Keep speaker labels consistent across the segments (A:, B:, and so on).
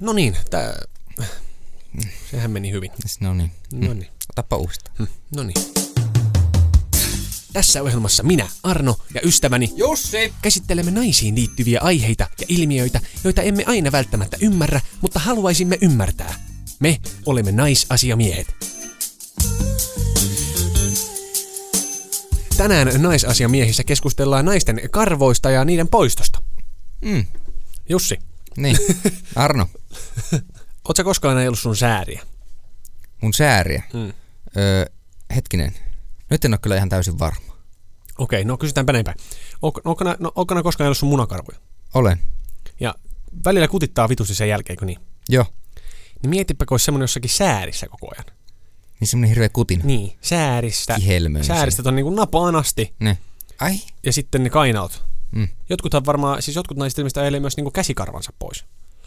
A: No niin, tää... sehän meni hyvin.
B: No niin.
A: No niin.
B: Otapa uudestaan.
A: No niin. Tässä ohjelmassa minä, Arno ja ystäväni
B: Jussi!
A: käsittelemme naisiin liittyviä aiheita ja ilmiöitä, joita emme aina välttämättä ymmärrä, mutta haluaisimme ymmärtää. Me olemme naisasiamiehet. Tänään naisasiamiehissä keskustellaan naisten karvoista ja niiden poistosta.
B: Mm.
A: Jussi,
B: Niin. Arno,
A: oot sä koskaan ajellut sun sääriä?
B: mun sääriä.
A: Mm.
B: Öö, hetkinen. Nyt en ole kyllä ihan täysin varma.
A: Okei, no kysytäänpä näin päin. Onko, onko, nä- no, onko nää koskaan ajellut sun munakarvoja?
B: Olen.
A: Ja välillä kutittaa vitusti sen jälkeen, kun niin.
B: Joo.
A: Niin mietipä, kun olisi semmoinen jossakin säärissä koko ajan.
B: Niin semmonen hirveä kutina.
A: Niin, sääristä.
B: Kihelmöi
A: Sääristä on niinku napaan asti
B: Ne. Ai?
A: ja sitten ne kainaut.
B: Mm.
A: Jotkuthan varmaan, siis jotkut naiset ilmeisesti ajelee myös niinku käsikarvansa pois,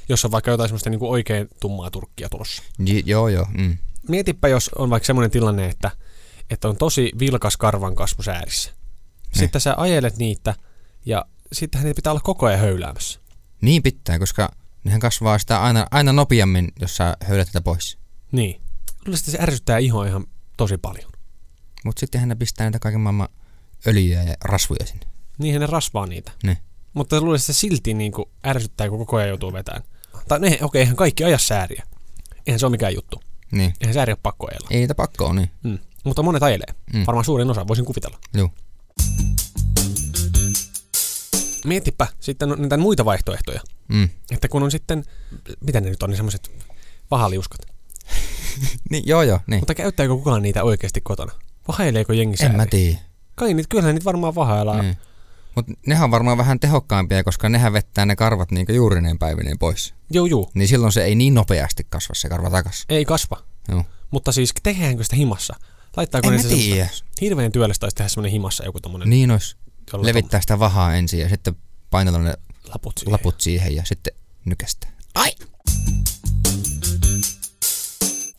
A: jos on vaikka jotain semmoista niinku oikein tummaa turkkia tulossa.
B: J- joo, joo. Mm.
A: Mietipä, jos on vaikka semmoinen tilanne, että, että on tosi vilkas karvan kasvu säärissä. Sitten sä ajelet niitä ja sittenhän niitä pitää olla koko ajan höyläämässä.
B: Niin pitää, koska nehän kasvaa sitä aina, aina nopeammin, jos sä höylät tätä pois.
A: Niin. Luulisin, se ärsyttää ihoa ihan tosi paljon.
B: Mut sittenhän ne pistää niitä kaiken maailman öljyä ja rasvuja sinne.
A: Niinhän ne rasvaa niitä.
B: Ne.
A: Mutta luulen, että se silti niin kuin ärsyttää, kun koko ajan joutuu vetämään. Tai ne, okei, eihän kaikki aja sääriä. Eihän se ole mikään juttu.
B: Niin.
A: Eihän sääriä ole pakko ajella.
B: Ei niitä pakko ole, niin.
A: Mm. Mutta monet ajelee. Mm.
B: Mm.
A: Varmaan suurin osa, voisin kuvitella.
B: Joo.
A: Mietipä sitten no- niitä muita vaihtoehtoja.
B: Mm.
A: Että kun on sitten, mitä ne nyt on, niin ne semmoiset vahaliuskat.
B: Niin, joo, joo, niin.
A: Mutta käyttääkö kukaan niitä oikeasti kotona? Vahaileeko jengi
B: en mä
A: sääriä?
B: tiedä.
A: Kai niitä, kyllähän niitä varmaan vahaillaan. Mm.
B: Niin. Mutta nehän on varmaan vähän tehokkaampia, koska nehän vettää ne karvat niinku juurineen päivineen pois.
A: Joo, joo.
B: Niin silloin se ei niin nopeasti kasva se karva takas.
A: Ei kasva.
B: Joo.
A: Mutta siis tehdäänkö sitä himassa? Laittaako
B: En
A: ne
B: mä
A: se
B: tiedä.
A: semmoista- hirveän työllistä olisi tehdä semmoinen himassa joku tommonen
B: Niin ois.
A: jolla
B: Levittää sitä vahaa ensin ja sitten painella ne
A: tommonen laput siihen.
B: laput siihen ja sitten nykästä. Ai!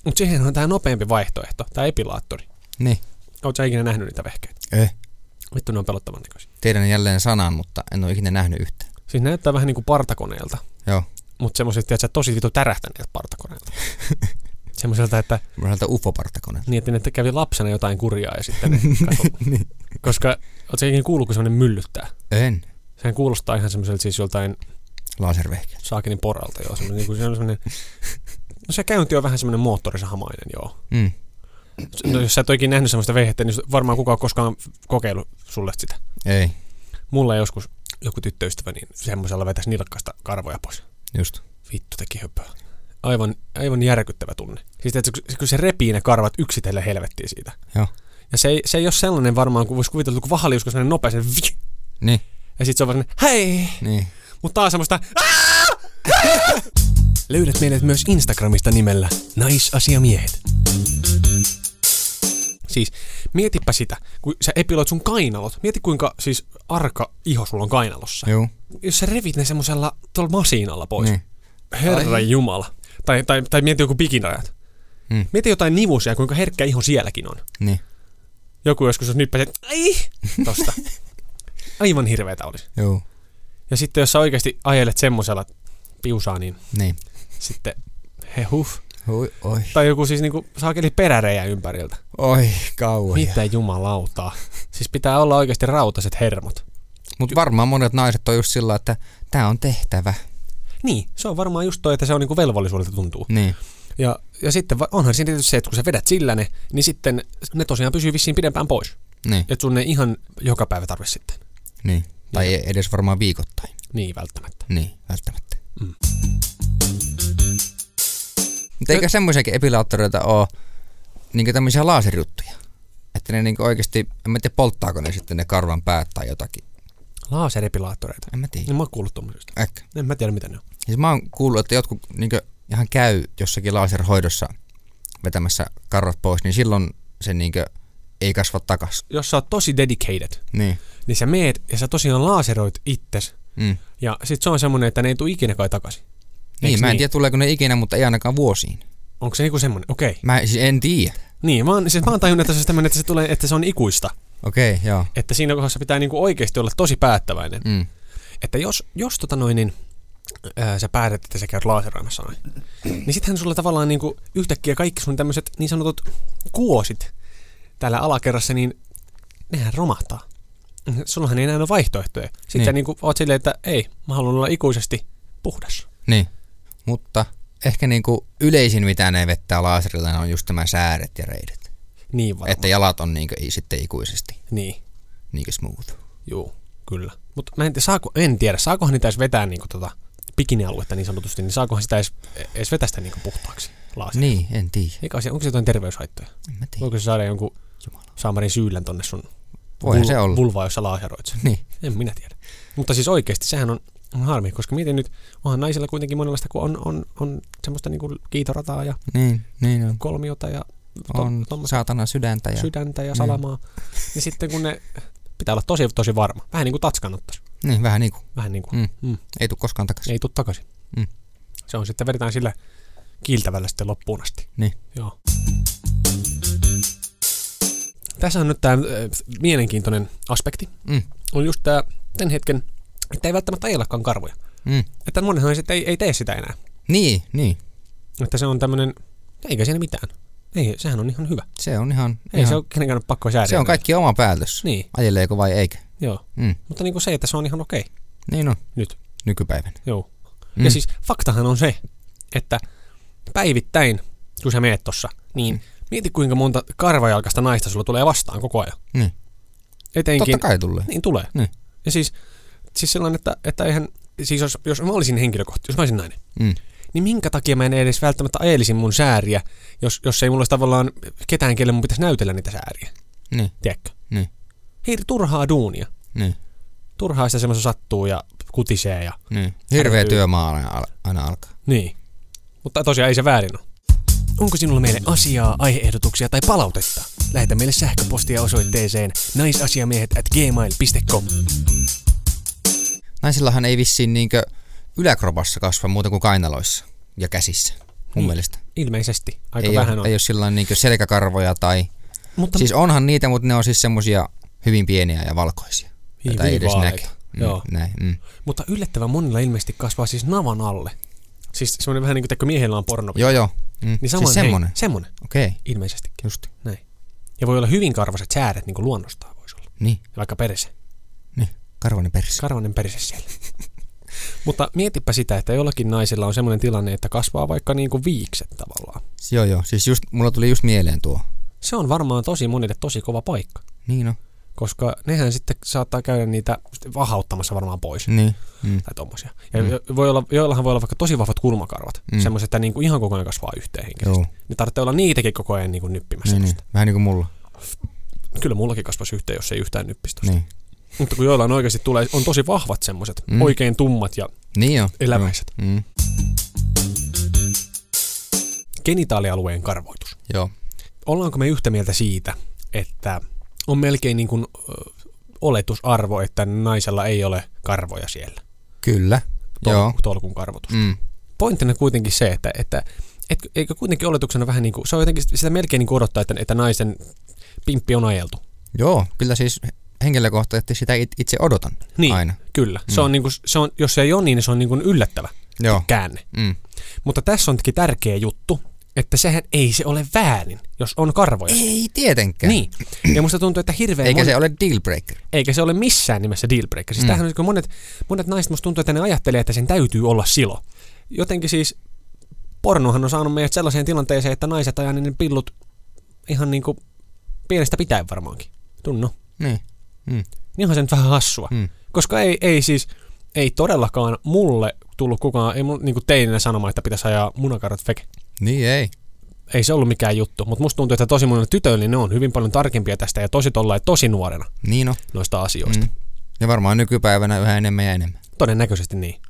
A: Mutta siihen on tämä nopeampi vaihtoehto, tämä epilaattori.
B: Niin.
A: Oletko sä ikinä nähnyt niitä vehkeitä?
B: Eh.
A: Vittu, ne on pelottavan näköisiä.
B: Tiedän jälleen sanan, mutta en ole ikinä nähnyt yhtään.
A: Siis näyttää vähän niin kuin partakoneelta,
B: Joo.
A: mutta semmoiset, että tosi vitu tärähtäneet partakoneelta. Semmoiselta, että
B: Semmoiselta ufo-partakoneelta.
A: niin, että ne kävi lapsena jotain kurjaa ja sitten ne kasvoi.
B: Niin.
A: Koska oot sä ikinä kuullut, kun semmoinen myllyttää?
B: En.
A: Sehän kuulostaa ihan semmoiselta siis joltain
B: Laservehkeet.
A: saakinin poralta, joo. Semmoinen, niin kuin se on semmoinen, no se käynti on vähän semmoinen moottorisahamainen, joo.
B: Mm.
A: No, jos sä et oikein nähnyt semmoista vehjettä, niin varmaan kukaan on koskaan kokeillut sulle sitä.
B: Ei.
A: Mulla joskus joku tyttöystävä, niin semmoisella vetäisi nilkkaista karvoja pois.
B: Just.
A: Vittu teki höpöä. Aivan, aivan järkyttävä tunne. Siis että se, kun se repii ne karvat yksitellen helvettiin siitä.
B: Joo.
A: Ja se ei, se ei ole sellainen varmaan, kun voisi kuvitella, kun vahaliusko sellainen nopea, se vi-
B: Niin.
A: ja sitten se on vaan sellainen, hei!
B: Niin.
A: Mutta taas semmoista, "Aa! Aa!" Löydät meidät myös Instagramista nimellä naisasiamiehet. Siis, mietipä sitä, kun sä epiloit sun kainalot. Mieti kuinka siis arka iho sulla on kainalossa
B: Joo.
A: jos sä revit ne semmoisella tuolla masiinalla pois. Niin.
B: Niin.
A: Herra jumala. Tai, tai, tai mieti joku pikinajat. Mm.
B: Mm.
A: Mieti jotain nivusia, kuinka herkkä iho sielläkin on.
B: Niin.
A: Joku joskus jos nyppäsi, että ai, tosta. Aivan hirveetä olisi.
B: Joo.
A: Ja sitten jos sä oikeasti ajelet semmoisella piusaa, niin
B: Niin.
A: sitten he huh.
B: Oi, oi.
A: Tai joku siis niinku saakeli peräreiä ympäriltä.
B: Oi, kauan.
A: Mitä jumalautaa. Siis pitää olla oikeasti rautaset hermot.
B: Mutta varmaan monet naiset on just sillä, että tämä on tehtävä.
A: Niin, se on varmaan just toi, että se on niinku velvollisuudelta tuntuu.
B: Niin.
A: Ja, ja sitten va- onhan siinä tietysti se, että kun sä vedät sillä ne, niin sitten ne tosiaan pysyy vissiin pidempään pois.
B: Niin.
A: Että sun ei ihan joka päivä tarvi sitten.
B: niin. Tai ei edes varmaan viikoittain.
A: Niin, välttämättä.
B: Niin, välttämättä.
A: Mm.
B: Mm. Mutta eikä semmoisiakin epilaattoreita ole niinku tämmöisiä laaserjuttuja. Että ne niinku oikeasti, en mä tiedä polttaako ne sitten ne karvan päät tai jotakin.
A: Laaserepilaattoreita.
B: En mä tiedä.
A: En mä oon kuullut tommosista.
B: Äkkä.
A: En mä tiedä, mitä ne on.
B: Siis mä oon kuullut, että jotkut niinku ihan käy jossakin laserhoidossa vetämässä karvat pois, niin silloin se niinku ei kasva takas.
A: Jos sä oot tosi dedicated,
B: Niin.
A: niin sä meet ja sä tosiaan laaseroit itses.
B: Mm.
A: Ja sit se on semmonen, että ne ei tule ikinä kai takaisin.
B: Niin,
A: Eiks
B: mä en
A: niin?
B: tiedä tuleeko ne ikinä, mutta ei ainakaan vuosiin.
A: Onko se joku semmonen? Okei. Okay.
B: Mä siis en tiedä.
A: Niin, mä oon, siis mä oon tajunnut, että se on tämmönen, että se, tulee, että se on ikuista.
B: Okei, okay, joo.
A: Että siinä kohdassa pitää niinku oikeasti olla tosi päättäväinen.
B: Mm.
A: Että jos, jos tota noin, niin ää, sä päätät, että sä käyt laaseroimassa noin. Niin sittenhän sulla tavallaan niinku yhtäkkiä kaikki sun tämmöiset niin sanotut kuosit täällä alakerrassa, niin nehän romahtaa. Sullahan ei enää ole vaihtoehtoja. Sitten
B: Niin.
A: niin. sä niinku oot silleen, että ei, mä haluan olla ikuisesti puhdas.
B: Niin. Mutta ehkä niinku yleisin mitä ne vettää laaserilla ne on just nämä sääret ja reidet.
A: Niin varmaan.
B: Että jalat on niinku i- sitten ikuisesti
A: Niin,
B: niinkö smooth.
A: juu, kyllä. Mutta mä en, tiedä, saako, en tiedä, saakohan niitä edes vetää niinku tota bikinialuetta niin sanotusti, niin saakohan sitä edes, edes vetää sitä niinku puhtaaksi laaseri. Niin.
B: Niin, en tiedä.
A: Eikä asia, onko se jotain terveyshaittoja?
B: En mä tiedä.
A: Voiko se saada jonkun
B: Jumala.
A: saamarin syylän tonne sun
B: Voihan se olla.
A: vulvaa, jossa laaseroit sen?
B: Niin.
A: En minä tiedä. Mutta siis oikeasti sehän on, on harmi, koska mietin nyt, onhan naisilla kuitenkin monenlaista, kun on, on, on semmoista niinku kiitorataa ja
B: Niin, niin on.
A: kolmiota ja to-
B: On
A: tommosta
B: saatana sydäntä ja...
A: sydäntä ja salamaa. Niin sitten kun ne pitää olla tosi tosi varma. Vähän niin kuin tatskan ottaisi.
B: Niin, vähän niinku.
A: Vähän niin kuin,
B: Mm.
A: Mm.
B: Ei tuu koskaan takaisin.
A: ei tuu takaisin.
B: Mm.
A: Se on sitten, vedetään sillä kiiltävällä sitten loppuun asti.
B: Niin.
A: Joo. Tässä on nyt tämä mielenkiintoinen aspekti.
B: Mm.
A: On just tämä sen hetken, että ei välttämättä ajelekaan karvoja.
B: Mm.
A: Että monethan sitten ei, ei tee sitä enää.
B: Niin, niin.
A: Että se on tämmöinen, eikä siinä mitään. Ei, sehän on ihan hyvä.
B: Se on ihan...
A: Ei
B: ihan
A: se ole kenenkään pakko säädellä.
B: se on kaikki oma päätös.
A: Niin,
B: Ajeleeko vai eikä.
A: joo.
B: Mm.
A: Mutta niin kuin se, että se on ihan okei.
B: Niin on.
A: Nyt.
B: Nykypäivänä.
A: Joo.
B: Mm.
A: Ja siis faktahan on se, että päivittäin, kun sä meet tossa,
B: Mm.
A: niin mieti kuinka monta karvajalkaista naista sulla tulee vastaan koko ajan.
B: Niin.
A: Etenkin,
B: Totta kai tulee.
A: niin tulee.
B: Niin.
A: Ja siis, siis sellainen, että, että eihän, siis jos, jos mä olisin henkilökohtaisesti, jos mä olisin nainen,
B: Mm.
A: niin minkä takia mä en edes välttämättä ajelisin mun sääriä, jos, jos ei mulla olisi tavallaan ketään, kelle mun pitäisi näytellä niitä sääriä,
B: Niin,
A: tiedätkö?
B: niin,
A: Hei, turhaa duunia.
B: niin.
A: Turhaa sitä semmoista sattuu ja kutisee ja
B: Niin. Hirveä
A: Ärtyy.
B: työmaa aina, al- aina alkaa.
A: Niin. Mutta tosiaan ei se väärin ole. Onko sinulla meille asiaa, aiheehdotuksia tai palautetta? Lähetä meille sähköpostia osoitteeseen naisasiamiehet at gmail.com.
B: Naisillahan ei vissiin niinkö yläkropassa kasva muuten kuin kainaloissa ja käsissä, mun
A: Niin.
B: mielestä.
A: Ilmeisesti. Aika
B: ei,
A: vähän
B: ole,
A: on.
B: ei ole sillain niinkö selkäkarvoja tai...
A: Mutta
B: Siis onhan niitä, mutta ne on siis semmosia hyvin pieniä ja valkoisia.
A: Niin,
B: Joita ei edes
A: viivaaleita.
B: näke.
A: Joo.
B: Mm, näin, mm.
A: Mutta yllättävän monilla ilmeisesti kasvaa siis navan alle. Siis semmoinen vähän niin kuin teikö miehellä on porno.
B: Joo, joo. Mm.
A: Niin
B: siis
A: samoin,
B: semmonen.
A: Hei, semmonen,
B: Okei, okay.
A: ilmeisestikin.
B: just.
A: Näin. Ja voi olla hyvin karvaset sääret, niin kuin luonnostaan voisi olla.
B: Niin,
A: Ja vaikka perse.
B: niin. Karvonen persi.
A: Karvanen perse siellä. Mutta mietipä sitä, että jollakin naisilla on semmoinen tilanne, että kasvaa vaikka niin kuin viikset tavallaan.
B: joo, joo. Siis just, mulla tuli just mieleen tuo.
A: Se on varmaan tosi monille tosi kova paikka,
B: Niin on.
A: koska nehän sitten saattaa käydä niitä vahauttamassa varmaan pois.
B: Niin. Mm.
A: Tai tommosia. Ja mm. voi olla, joillahan voi olla vaikka tosi vahvat kulmakarvat, mm. semmoiset, että niinku ihan koko ajan kasvaa yhteen henkisesti.
B: Joo.
A: Ne tarvitsee olla niitäkin koko ajan niinku nyppimässä.
B: Niin,
A: Niin,
B: niin. Vähän niin kuin mulla.
A: Kyllä mullakin kasvaisi yhteen, jos ei yhtään nyppistä. Niin.
B: Niin.
A: Mutta kun joillain oikeasti tulee, on tosi vahvat semmoiset, mm. oikein tummat ja
B: Niin on.
A: eläväiset.
B: Joo. Mm.
A: Genitaalialueen karvoitus.
B: Joo.
A: Ollaanko me yhtä mieltä siitä, että on melkein niin kuin, ö, oletusarvo, että naisella ei ole karvoja siellä?
B: Kyllä.
A: tol-
B: Joo.
A: tolkun karvotus.
B: Mm.
A: Pointtina kuitenkin se, että, että et, eikö kuitenkin oletuksena vähän niin kuin, se on jotenkin sitä melkein niin kuin odottaa, että, että naisen pimppi on ajeltu.
B: Joo, kyllä siis henkilökohtaisesti sitä it- itse odotan
A: Niin,
B: aina. Mm.
A: kyllä. Se on niin kuin, se on, jos se ei ole niin, niin se on niin kuin yllättävä
B: Joo.
A: käänne.
B: Mm.
A: Mutta tässä onkin tärkeä juttu, että sehän ei se ole väärin, jos on karvoja.
B: Ei tietenkään.
A: Niin. Ja musta tuntuu, että hirveän
B: Eikä
A: moni-
B: se ole dealbreaker.
A: eikä se ole missään nimessä dealbreaker. Siis
B: Mm.
A: mm. tämähän on, kun monet, monet naiset musta tuntuu, että ne ajattelee, että sen täytyy olla silo. Jotenkin siis pornohan on saanut meidät sellaiseen tilanteeseen, että naiset ajaa niiden pillut ihan niinku pienestä pitäen varmaankin. Tunnu.
B: Niin. Mm.
A: Niin onhan se nyt vähän hassua. Mm.
B: Mm.
A: Koska ei, ei siis, ei todellakaan mulle tullut kukaan, ei mun niinku teininä sanomaan, että pitäisi ajaa munakarvat feke.
B: Niin ei.
A: Ei se ollut mikään juttu, mutta musta tuntuu, että tosi monen tytöillä niin ne on hyvin paljon tarkempia tästä ja tosi tollain tosi nuorena
B: Niin on.
A: noista asioista.
B: Mm. Ja varmaan nykypäivänä yhä enemmän ja enemmän.
A: Todennäköisesti niin.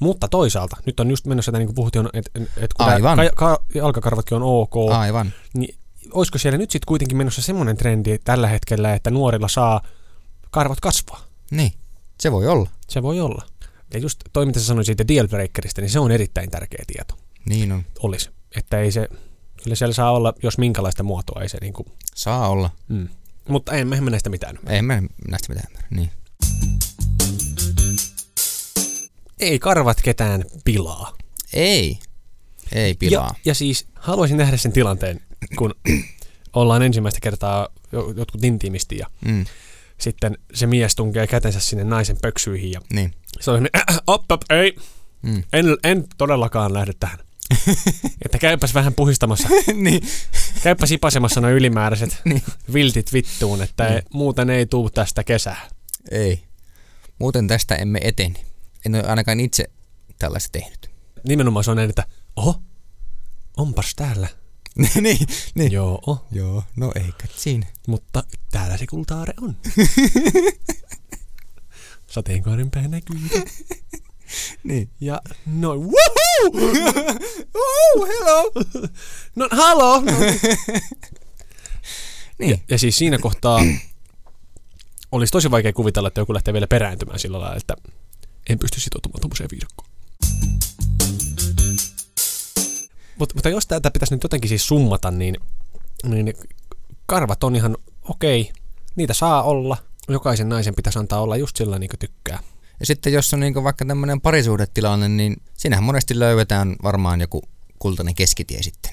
A: Mutta toisaalta, nyt on just menossa, että niin kuin puhuttiin, että et kun
B: Aivan.
A: Tää, ka, ka, jalkakarvatkin on ok, Ai.
B: Aivan.
A: niin olisiko siellä nyt sitten kuitenkin menossa semmoinen trendi tällä hetkellä, että nuorilla saa karvat kasvaa?
B: Niin. Se voi olla.
A: Se voi olla. Ja just toi, mitä sä sanoit siitä dealbreakerista, niin se on erittäin tärkeä tieto.
B: Niin on.
A: Olisi. Että ei se, kyllä siellä saa olla, jos minkälaista muotoa ei se niin kuin,
B: Saa olla.
A: mm. Mutta en, eihän me näistä mitään.
B: Ei mä näistä mitään ymmärrä. Niin.
A: ei karvat ketään pilaa.
B: Ei. Ei pilaa.
A: Ja, ja siis haluaisin nähdä sen tilanteen, kun ollaan ensimmäistä kertaa jo- jotkut intiimisti ja
B: Ja. Mm.
A: sitten se mies tunkee kätensä sinne naisen pöksyihin ja
B: Niin.
A: se on äh, op, op, ei,
B: Mm.
A: en, en todellakaan lähde tähän. että käypäs vähän puhistamassa,
B: niin.
A: käypä sipasemassa nuo ylimääräiset
B: Niin.
A: viltit vittuun, että ei, muuten ei tuu tästä kesää.
B: Ei. Muuten tästä emme eteni. En ole ainakaan itse tällaista tehnyt.
A: Nimenomaan se on näin, että oho, onpas täällä.
B: niin, niin.
A: Joo, oh,
B: Joo, no eikä siinä.
A: mutta täällä se kultaare on. Sateenkaaren pää näkyy.
B: Niin.
A: Ja noin, woohoo!
B: Oh, hello!
A: No halo! No.
B: niin.
A: Ja, ja siis siinä kohtaa olisi tosi vaikea kuvitella, että joku lähtee vielä perääntymään sillä lailla, että en pysty sitoutumaan tuommoiseen viidakkoon. Mut, mutta jos tätä pitäisi nyt jotenkin siis summata, niin, niin karvat on ihan okei. Niitä saa olla. Jokaisen naisen pitäisi antaa olla just sillä niin kuin tykkää.
B: Ja sitten jos on niinku vaikka tämmöinen parisuhdetilanne, niin sinähän monesti löydetään varmaan joku kultainen keskitie sitten,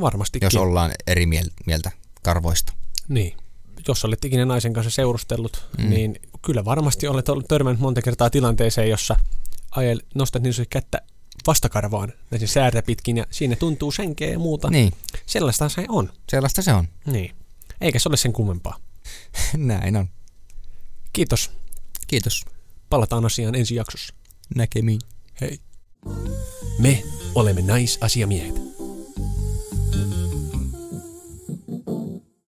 A: Varmastikin.
B: jos ollaan eri miel- mieltä karvoista.
A: Niin. Jos olet ikinä naisen kanssa seurustellut, mm. niin kyllä varmasti olet ollut törmännyt monta kertaa tilanteeseen, jossa ajel, nostat niin sanotusti kättä vastakarvaan näin siis säätä pitkin ja siinä tuntuu senkeä ja muuta.
B: Niin,
A: Sellaista se on.
B: sellaista se on.
A: Niin. Eikä se ole sen kummempaa.
B: Näin on.
A: Kiitos.
B: Kiitos.
A: Palataan asiaan ensi jaksossa.
B: Näkemiin.
A: Hei. Me olemme naisasiamiehet.